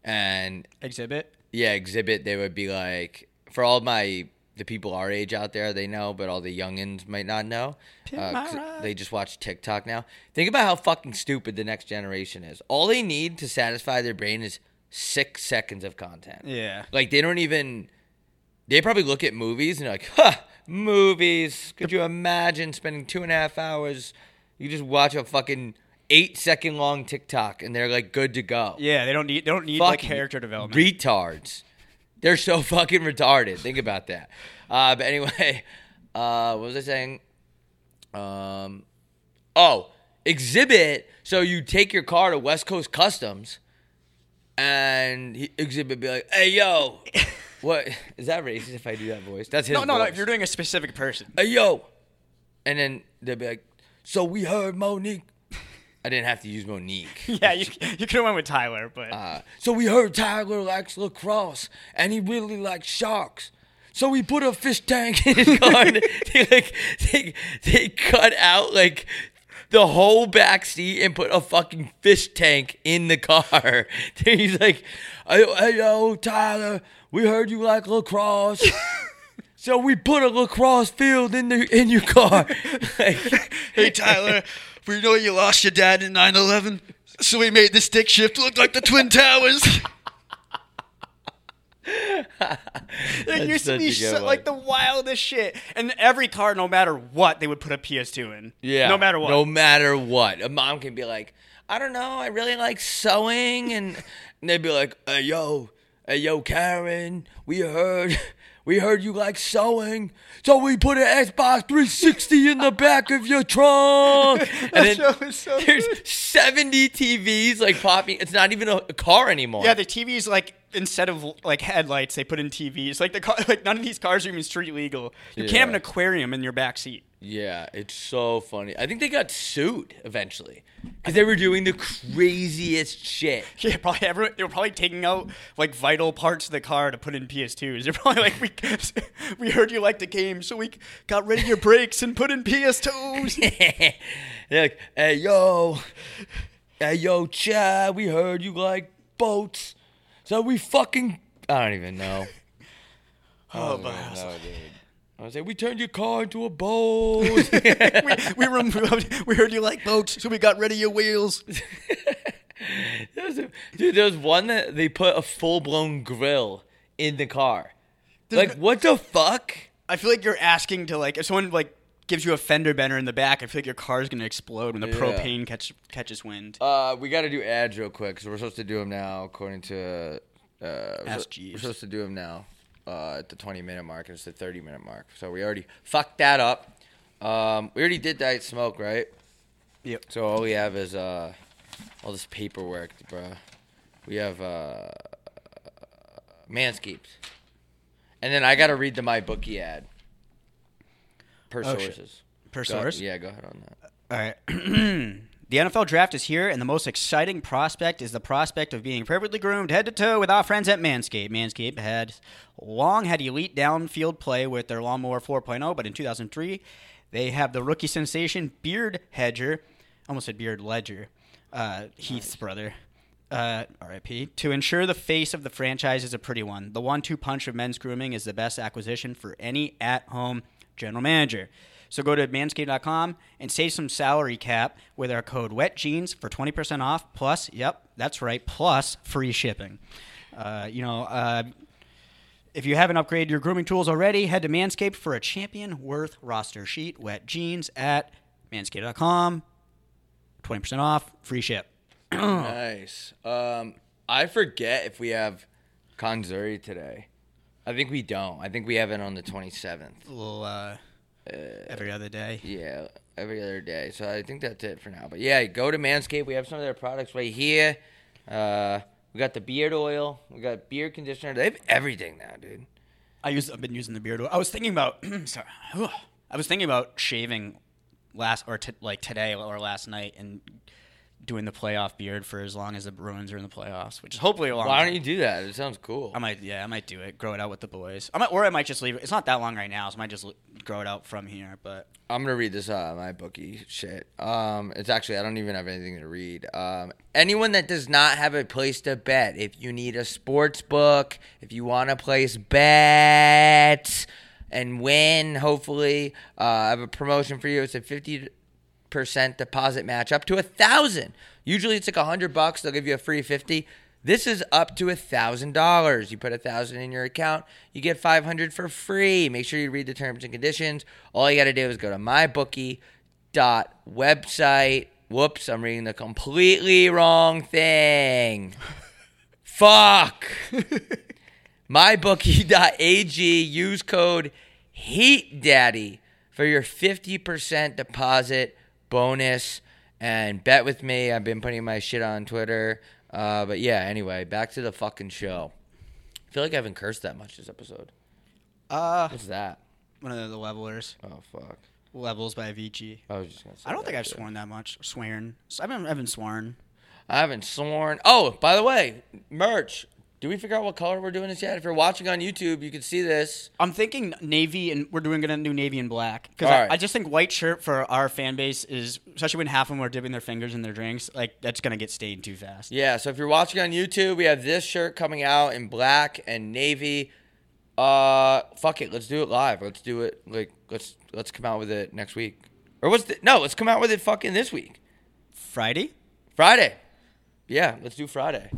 and
Exhibit.
yeah, exhibit. They would be like for all my the people our age out there, they know, but all the youngins might not know.
Pimp
uh,
my
'cause
ride.
They just watch TikTok now. Think about how fucking stupid the next generation is. All they need to satisfy their brain is six seconds of content.
Yeah.
Like they don't even. They probably look at movies and they're like, "Huh, movies." Could you imagine spending two and a half hours? You just watch a fucking eight second long TikTok and they're like good to go.
Yeah. They don't need. They don't need like
Fucking
character development.
Retards. They're so fucking retarded. Think about that. Uh, but anyway, uh, what was I saying? Um, oh, exhibit. So you take your car to West Coast Customs, and he, exhibit be like, "Hey, yo, what is that racist? If I do that voice, that's his
no, no, no.
voice.
If you're doing a specific person.
hey, yo," and then they'll be like, "So we heard Monique." I didn't have to use Monique.
Yeah, you, you could have went with Tyler, but
Uh, so we heard Tyler likes lacrosse and he really likes sharks. So we put a fish tank in his car. and they like they, they cut out like the whole back seat and put a fucking fish tank in the car. He's like, hey, hey, yo, Tyler, we heard you like lacrosse. So we put a lacrosse field in the in your car. Like,
Hey, Tyler, we know you lost your dad in 9 11, so we made the stick shift look like the Twin Towers.
it used to
such
be
a good
so, like the
one.
wildest shit. And every car, no matter what, they would put a PS2 in.
Yeah.
no matter what.
No matter what. A mom can be like, I don't know, I really like sewing and, and they'd be like, Hey yo, hey yo, Karen, we heard we heard you like sewing, so we put an Xbox 360 in the back of your trunk. And then
show is so
there's 70 TVs like popping. It's not even a, a car anymore.
Yeah, the TVs like instead of like headlights, they put in TVs. Like the car, like none of these cars are even street legal. You can't have an
Yeah.
aquarium in your back seat.
Yeah, it's so funny. I think they got sued eventually because they were doing the craziest shit.
Yeah, probably everyone, they were probably taking out like vital parts of the car to put in PS2s. They're probably like, we we heard you liked the game, so we got rid of your brakes and put in PS2s.
They're like, hey yo, hey yo, Chad, we heard you like boats, so we fucking. I don't even know.
oh, but I was
No, dude. I was like, we turned your car into a boat.
we, we removed. We heard you like boats, so we got rid of your wheels.
There was a- dude, there was one that they put a full blown grill in the car. like, what the fuck?
I feel like you're asking to like if someone like gives you a fender bender in the back. I feel like your car's gonna explode when the
Yeah.
propane catch, catches wind.
Uh, we got to do ads real quick because we're supposed to do them now, according to. Uh, we're,
Ask
su-
Jeeves.
we're supposed to do them now uh, at the 20 minute mark. and It's the 30 minute mark. So we already fucked that up. Um, we already did that smoke, right?
Yep.
So all we have is uh, all this paperwork, bro. We have uh, Manscaped. And then I got to read the My Bookie ad. Per
Oh, shit.
sources.
Per
Go-
source.
Yeah, go ahead on that.
All right. the NFL draft is here, and the most exciting prospect is the prospect of being perfectly groomed head to toe with our friends at Manscaped. Manscaped had long had elite downfield play with their Lawnmower 4.0, but in 2003, They have the rookie sensation Beard Hedger, almost said Beard Ledger, uh, Heath's brother. Uh, RIP. To ensure the face of the franchise is a pretty one, the one two punch of men's grooming is the best acquisition for any at home general manager. So go to manscaped.com and save some salary cap with our code WETJEANS for 20% off, plus, yep, that's right, plus free shipping. Uh, you know, uh, if you haven't upgraded your grooming tools already, head to Manscaped for a champion worth roster sheet, wet jeans at manscaped.com. 20% off, free ship.
Nice. Um, I forget if we have Kanzuri today. I think we don't. I think we have it on the 27th.
A little uh, every other day.
Yeah, every other day. So I think that's it for now. But yeah, go to Manscaped. We have some of their products right here. Uh, we got the beard oil. We got beard conditioner. They have everything now, dude.
I use, I've been using the beard oil. I was thinking about, sorry, I was thinking about shaving last or t- like today or last night and doing the playoff beard for as long as the Bruins are in the playoffs, which is hopefully a long.
Why
time.
don't you do that? It sounds cool.
I might, yeah, I might do it. Grow it out with the boys. I might, or I might just leave it. It's not that long right now, so I might just l- grow it out from here. But
I'm gonna read this uh my bookie shit. Um, it's actually I don't even have anything to read. Um, anyone that does not have a place to bet, if you need a sports book, if you want to place bets and win, hopefully, uh, I have a promotion for you. It's a fifty percent deposit match up to a thousand. Usually it's like a hundred bucks. They'll give you a free fifty. This is up to a thousand dollars. You put a thousand in your account, you get five hundred for free. Make sure you read the terms and conditions. All you got to do is go to mybookie.website. Whoops, I'm reading the completely wrong thing. Fuck. MyBookie.ag. Use code HeatDaddy for your 50% deposit bonus and bet with me. I've been putting my shit on Twitter. Uh, but yeah, anyway, back to the fucking show. I feel like I haven't cursed that much this episode.
uh,
What's that?
one of the levelers,
Oh, fuck.
levels by Avicii.
I was just going to say.
I don't
that,
think I've
too.
sworn that much. Swearing, I haven't, I haven't sworn.
I haven't sworn. Oh, by the way, merch. Did we figure out what color we're doing this yet? If you're watching on YouTube, you can see this.
I'm thinking navy, and we're doing gonna do navy and black because
All
I,
right.
I just think white shirt for our fan base is especially when half of them are dipping their fingers in their drinks. Like that's gonna get stained too fast.
Yeah, so if you're watching on YouTube, we have this shirt coming out in black and navy. Uh, fuck it, let's do it live. Let's do it like let's let's come out with it next week. Or what's the, no? Let's come out with it fucking this week,
Friday.
Friday. Yeah, let's do Friday.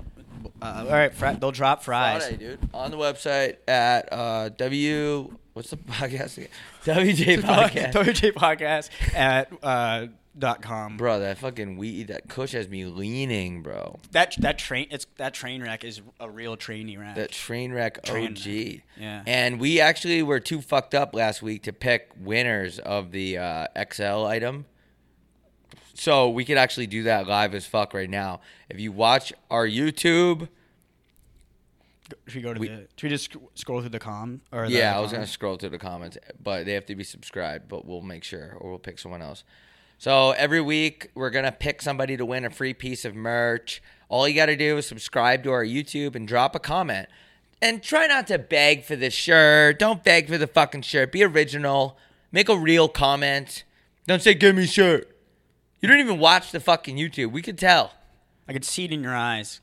Uh, all right, fri- they'll drop fries.
Friday, dude. On the website at uh w what's the podcast again? WJ podcast.
WJ podcast at uh, dot com.
Bro, that fucking weed that Kush has me leaning, bro.
That that train it's that train wreck is a real trainy wreck.
That train wreck
Train
OG.
yeah.
And we actually were too fucked up last week to pick winners of the uh, XL item. So we could actually do that live as fuck right now. If you watch our YouTube,
should we go to the should we just sc- scroll through the com or the
yeah, I was gonna
comments?
scroll through the comments, but they have to be subscribed. But we'll make sure, or we'll pick someone else. So every week we're gonna pick somebody to win a free piece of merch. All you gotta do is subscribe to our YouTube and drop a comment. And try not to beg for the shirt. Don't beg for the fucking shirt. Be original. Make a real comment. Don't say "give me shirt." You don't even watch the fucking YouTube. We could tell.
I could see it in your eyes.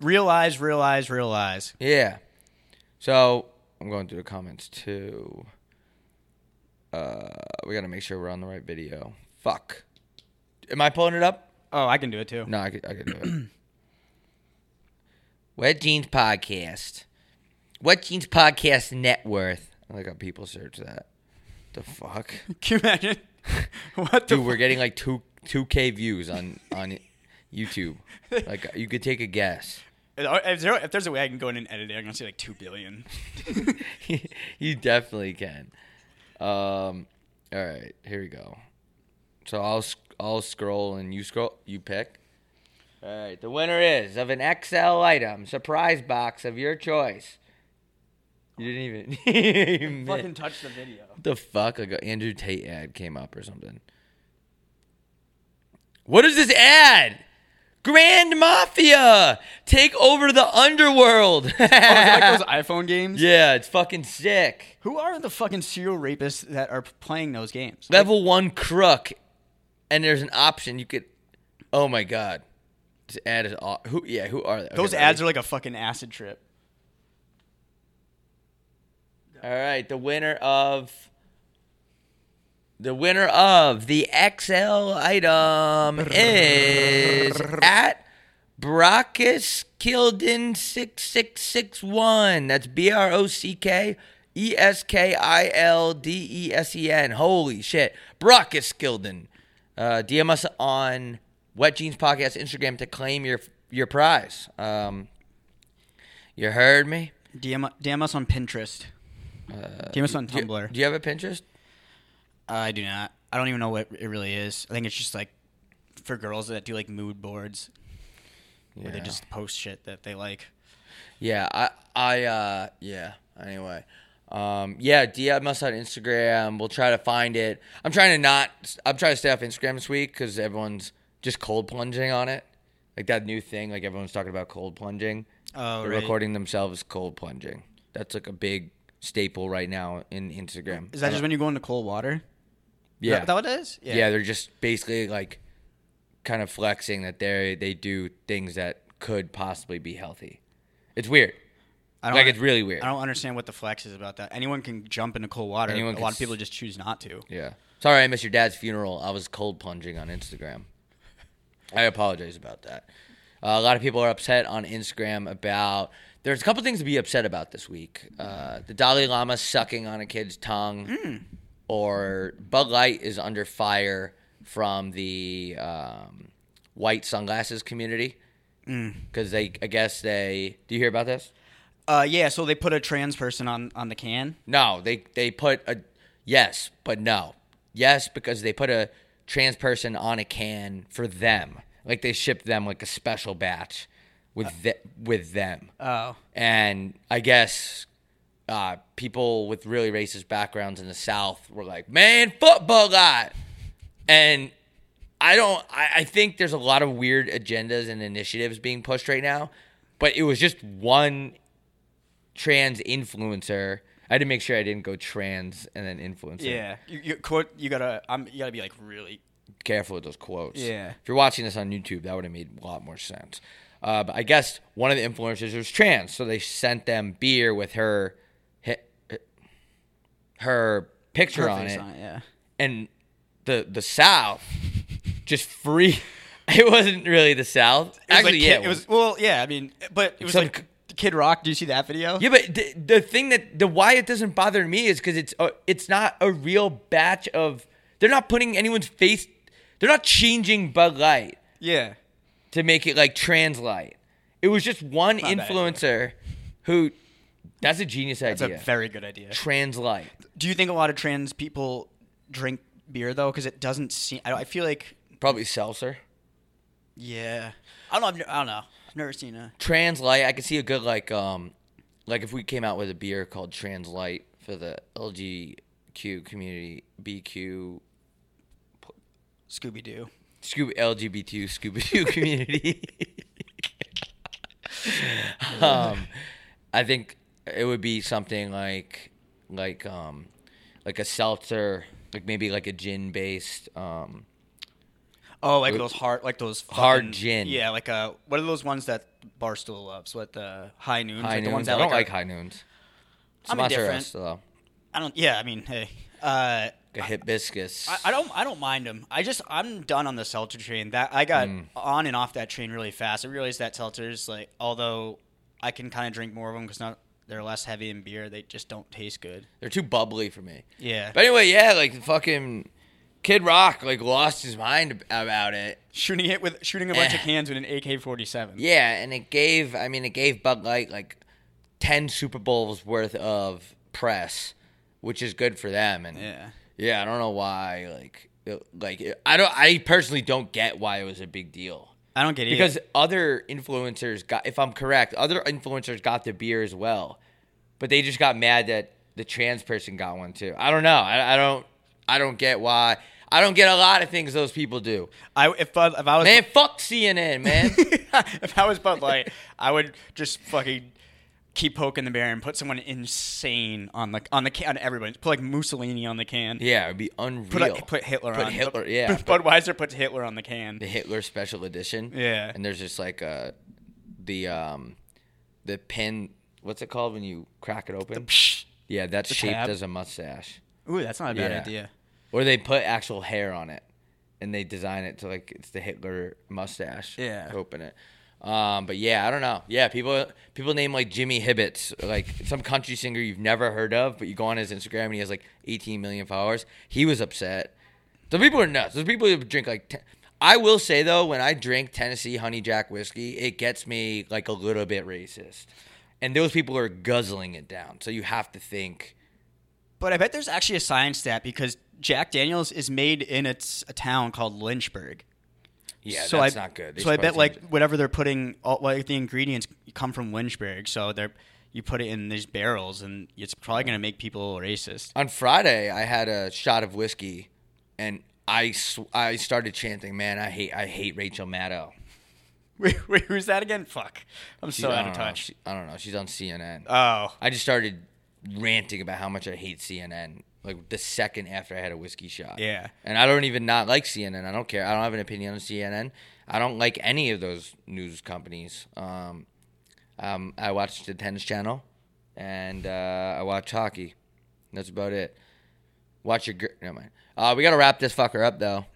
Realize, realize, realize.
Yeah. So I'm going through the comments too. Uh, we gotta make sure we're on the right video. Fuck. Am I pulling it up?
Oh, I can do it too.
No, I could. I could do it. Wet Jeans Podcast. Wet Jeans Podcast net worth. I like how people search that. The fuck,
Can you imagine? what the
dude. We're getting like two two k views on on YouTube. Like you could take a guess.
f- if, there, if there's a way I can go in and edit it, I'm gonna see like two billion.
you definitely can. Um, all right, here we go. So I'll sc- I'll scroll and you scroll. You pick. All right, the winner is of an XL item surprise box of your choice. You didn't even. you missed.
Fucking touch the video.
What the fuck? Like a Andrew Tate ad came up or something. What is this ad? Grand Mafia, take over the underworld.
Oh, is it like those iPhone games?
yeah, it's fucking sick.
Who are the fucking serial rapists that are playing those games?
Level one crook, and there's an option you could. Oh my god, this ad is aw- who? Yeah, who are they? Okay,
Those
ready?
ads are like a fucking acid trip.
All right, the winner of the winner of the XL item is at Brockus Kilden six six six one. That's B R O C K E S K I L D E S E N. Holy shit, Brockus Kilden. Uh, DM us on Wet Jeans Podcast Instagram to claim your your prize. Um, you heard me.
DM, DM us on Pinterest. DM us on
Do you-
Tumblr.
do you have a Pinterest?
I do not. I don't even know what it really is. I think it's just like for girls that do like mood boards where they
Yeah.
just post shit that they like.
Yeah, I, I, uh, yeah. Anyway, um, yeah, DM us on Instagram. We'll try to find it. I'm trying to not. I'm trying to stay off Instagram this week because everyone's just cold plunging on it, like that new thing. Like everyone's talking about cold plunging.
Oh,
They're
right.
recording themselves cold plunging. That's like a big staple right now in Instagram. Uh,
Is that just when you go into cold water?
yeah?
Is that what it is?
yeah, They're just basically like kind of flexing that they they do things that could possibly be healthy. It's weird.
I
Like it's really weird.
I don't understand what the flex is about that. Anyone can jump into cold water.
Anyone
a
can
lot of
s-
people just choose not to.
Yeah. Sorry I missed your dad's funeral. I was cold plunging on Instagram. I apologize about that. Uh, a lot of people are upset on Instagram about. There's a couple things to be upset about this week. Uh, the Dalai Lama sucking on a kid's tongue, or Bud Light is under fire from the um, white sunglasses community because they, I guess they. Do you hear about this?
Uh, yeah, so they put a trans person on, on the can.
No, they they put a yes, but no. Yes, because they put a trans person on a can for them. Like they shipped them like a special batch with the, with them.
Oh.
And I guess uh, people with really racist backgrounds in the South were like, "Man, football guy," and I don't. I, I think there's a lot of weird agendas and initiatives being pushed right now, but it was just one trans influencer. I had to make sure I didn't go trans and then influencer.
Yeah. You, you quote you gotta I'm you gotta be like really
careful with those quotes.
Yeah.
If you're watching this on YouTube, that would have made a lot more sense. Uh, but I guess one of the influencers was trans, so they sent them beer with her hi- her picture on
Perfect
it,
on it, yeah.
and the the South just free. It wasn't really the South.
It was
Actually,
like
yeah,
kid- it was well, yeah, I mean but it was
Some
like Kid Rock, do you see that video?
Yeah, but the, the thing that the why it doesn't bother me is because it's a, it's not a real batch of. They're not putting anyone's face. They're not changing Bud Light.
Yeah.
to make it like trans light. It was just one
a bad
influencer who that's a genius
It's
idea.
a very good idea.
trans light.
Do you think a lot of trans people drink beer though? Because it doesn't seem. I, don't- I feel like
Probably seltzer.
yeah. I don't. know. I've ne- I don't know. I've never seen a.
Trans light, I could see a good like um like if we came out with a beer called Trans Light for the LGQ community, BQ
Scooby Doo.
Scoob LGBTQ Scooby Doo community. um, I think it would be something like like um like a seltzer, like maybe like a gin based um
Oh, like those hard, like those
Hard
fucking-
gin.
Yeah, like uh, what are those ones that Barstool loves? What the high noons?
high
like the
noons.
ones
I
that
don't
are-
like high noons.
I'm
Sponsor
indifferent.
us though.
I don't. Yeah, I mean, hey, uh,
Like a hibiscus.
I, I don't. I don't mind them. I just I'm done on the seltzer train. That I got
Mm.
on and off that train really fast. I realized that seltzers, like, although I can kind of drink more of them because not they're less heavy in beer, they just don't taste good.
They're too bubbly for me.
Yeah.
But anyway, yeah, like fucking Kid Rock like lost his mind about it.
shooting it with shooting a bunch of
Eh.
cans with an AK-47.
Yeah, and it gave I mean it gave Bud Light like ten Super Bowls worth of press, which is good for them. And
Yeah.
yeah, I don't know why like it- like it- I don't I personally don't get why it was a big deal.
I don't get it
Because other influencers got if I'm correct, other influencers got the beer as well. But they just got mad that the trans person got one too. I don't know. I, I don't I don't get why I don't get a lot of things those people do.
I if I, if I was
Man, fuck CNN, man.
if I was Bud Light, I would just fucking keep poking the bear and put someone insane on the on the can on everybody. Put like Mussolini on the can.
yeah, it'd be unreal.
Put like, put Hitler
Put
on.
Hitler, yeah.
Budweiser puts Hitler on the can.
the Hitler special edition.
Yeah.
And there's just like uh the um the pin what's it called when you crack it open? yeah, that's shaped
tab.
as a mustache.
Ooh, that's not a bad
Yeah.
idea.
Or they put actual hair on it and they design it to like it's the Hitler mustache.
Yeah.
Open it. Um, but yeah, I don't know. Yeah, people people name like Jimmy Hibbets, like some country singer you've never heard of, but you go on his Instagram and he has like 18 million followers. He was upset. The people are nuts. There's people who drink like. Ten- I will say though, when I drink Tennessee Honey Jack whiskey, it gets me like a little bit racist, and those people are guzzling it down. So you have to think.
But I bet there's actually a science to that because Jack Daniels is made in its a town called Lynchburg.
Yeah,
so
that's
I,
not good. They
So I
should
bet
probably
like
change it.
whatever they're putting, all, like the ingredients come from Lynchburg. So they're you put it in these barrels, and it's probably gonna make people racist.
on Friday, I had a shot of whiskey, and I sw- I started chanting, "Man, I hate I hate Rachel Maddow."
Wait, wait, who's that again? Fuck, I'm so
I
out
don't
of
know.
touch.
She- I don't know. She's on CNN.
Oh,
I just started ranting about how much I hate CNN. Like the second after I had a whiskey shot.
Yeah.
And I don't even not like CNN. I don't care. I don't have an opinion on CNN. I don't like any of those news companies. Um, um, I watch the Tennis Channel, and uh, I watch hockey. That's about it. Watch your. Gr- Never mind. Uh, we gotta wrap this fucker up though.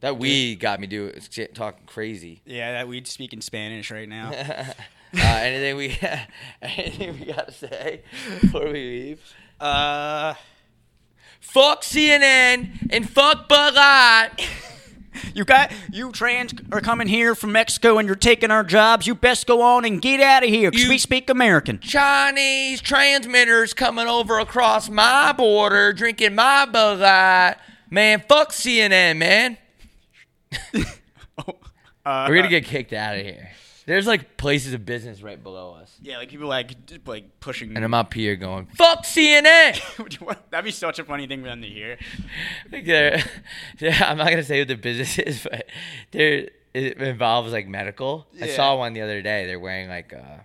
That we got me do talking crazy.
yeah, that weed speaking Spanish right now.
Uh, anything we anything we gotta say before we leave?
uh,
Fuck CNN and fuck Bud Light.
you got you trans are coming here from Mexico, and you're taking our jobs. You best go on and get out of here because
You-
we speak American.
Chinese transmitters coming over across my border, drinking my Bud Light. Man, fuck CNN, man.
Uh,
We're gonna get kicked out of here. There's like places of business right below us,
yeah, like people like d- like pushing.
and I'm up here going, "Fuck CNN."
That'd be such a funny thing for them to hear.
Like, they're- they're- I'm not gonna say what the business is, but there it involves like medical. I saw
Yeah.
one the other day. They're wearing like a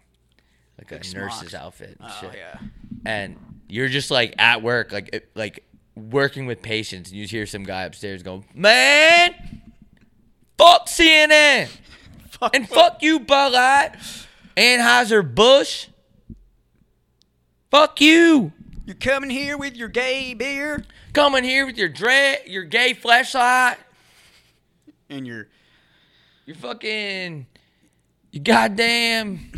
like a nurse's
smocks.
outfit. And
Oh
shit.
yeah.
And you're just like at work, like it- like working with patients, and you hear some guy upstairs going, "Man, fuck CNN
Fuck.
and fuck you, Bud Light, Anheuser Busch, fuck you."
You coming here with your gay beer
Coming here with your dread, your gay flashlight,
and your
Your fucking. You goddamn.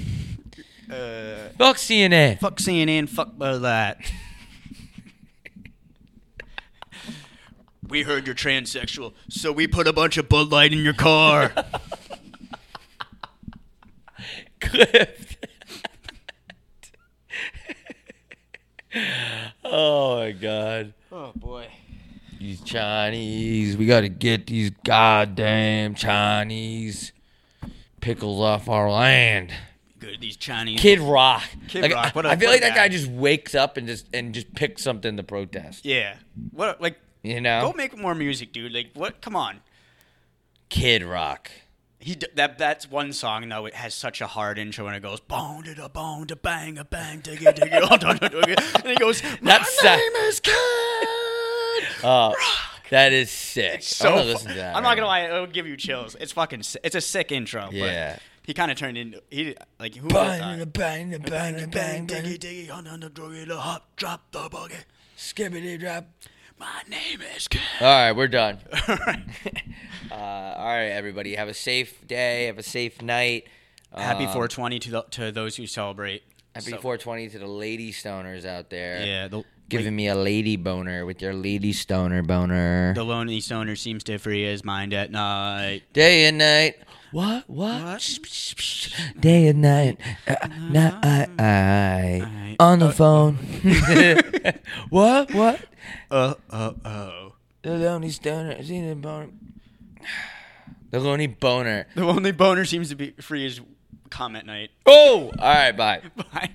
uh,
Fuck CNN.
fuck CNN, fuck Bud Light. we heard you're transsexual, so we put a bunch of Bud Light in your car.
Cliff. oh my god.
oh boy.
These Chinese. We gotta get these goddamn Chinese pickles off our land.
Good these Chinese.
Kid Rock.
Kid
Like,
Rock, what a-
I feel
what a
like that
guy.
guy just wakes up and just and just picks something to protest.
Yeah. What like
You know?
go Oh, make more music, dude. Like what? Come on.
Kid Rock.
He d- that that's one song though. It has such a hard intro and it goes bone to the bone to bang a bang digga digga oh, dun, dun, dun, dun," and it goes my
That's sa-
name is Kid.
Uh, that is sick. I'm gonna
fu-
listen to that.
I'm
right
not gonna
now.
lie, it'll give you chills. It's fucking. si- It's a sick intro.
Yeah.
But he kind of turned into he like who wrote
Bang,
that?
bang, bang, bang,
Bang
bang.
diggy diggy on on the druggy the hop drop the buggy.
Skibbity drop.
My name is Kid.
All right, we're done.
All right.
Uh, all right, everybody. Have a safe day. Have a safe night.
Happy
Um,
420 to the, to those who celebrate.
Happy
So-
420 to the lady stoners out there.
Yeah. The,
Giving me a lady boner with your lady stoner boner.
the lonely stoner seems to free his mind at night.
Day and night. What? What? Day and night. Uh, night.
Night.
On the phone. what? What?
Uh uh oh.
The lonely stoner. See the boner. The lonely boner.
The lonely boner seems to be free his comment night.
Oh! All right, bye.
Bye.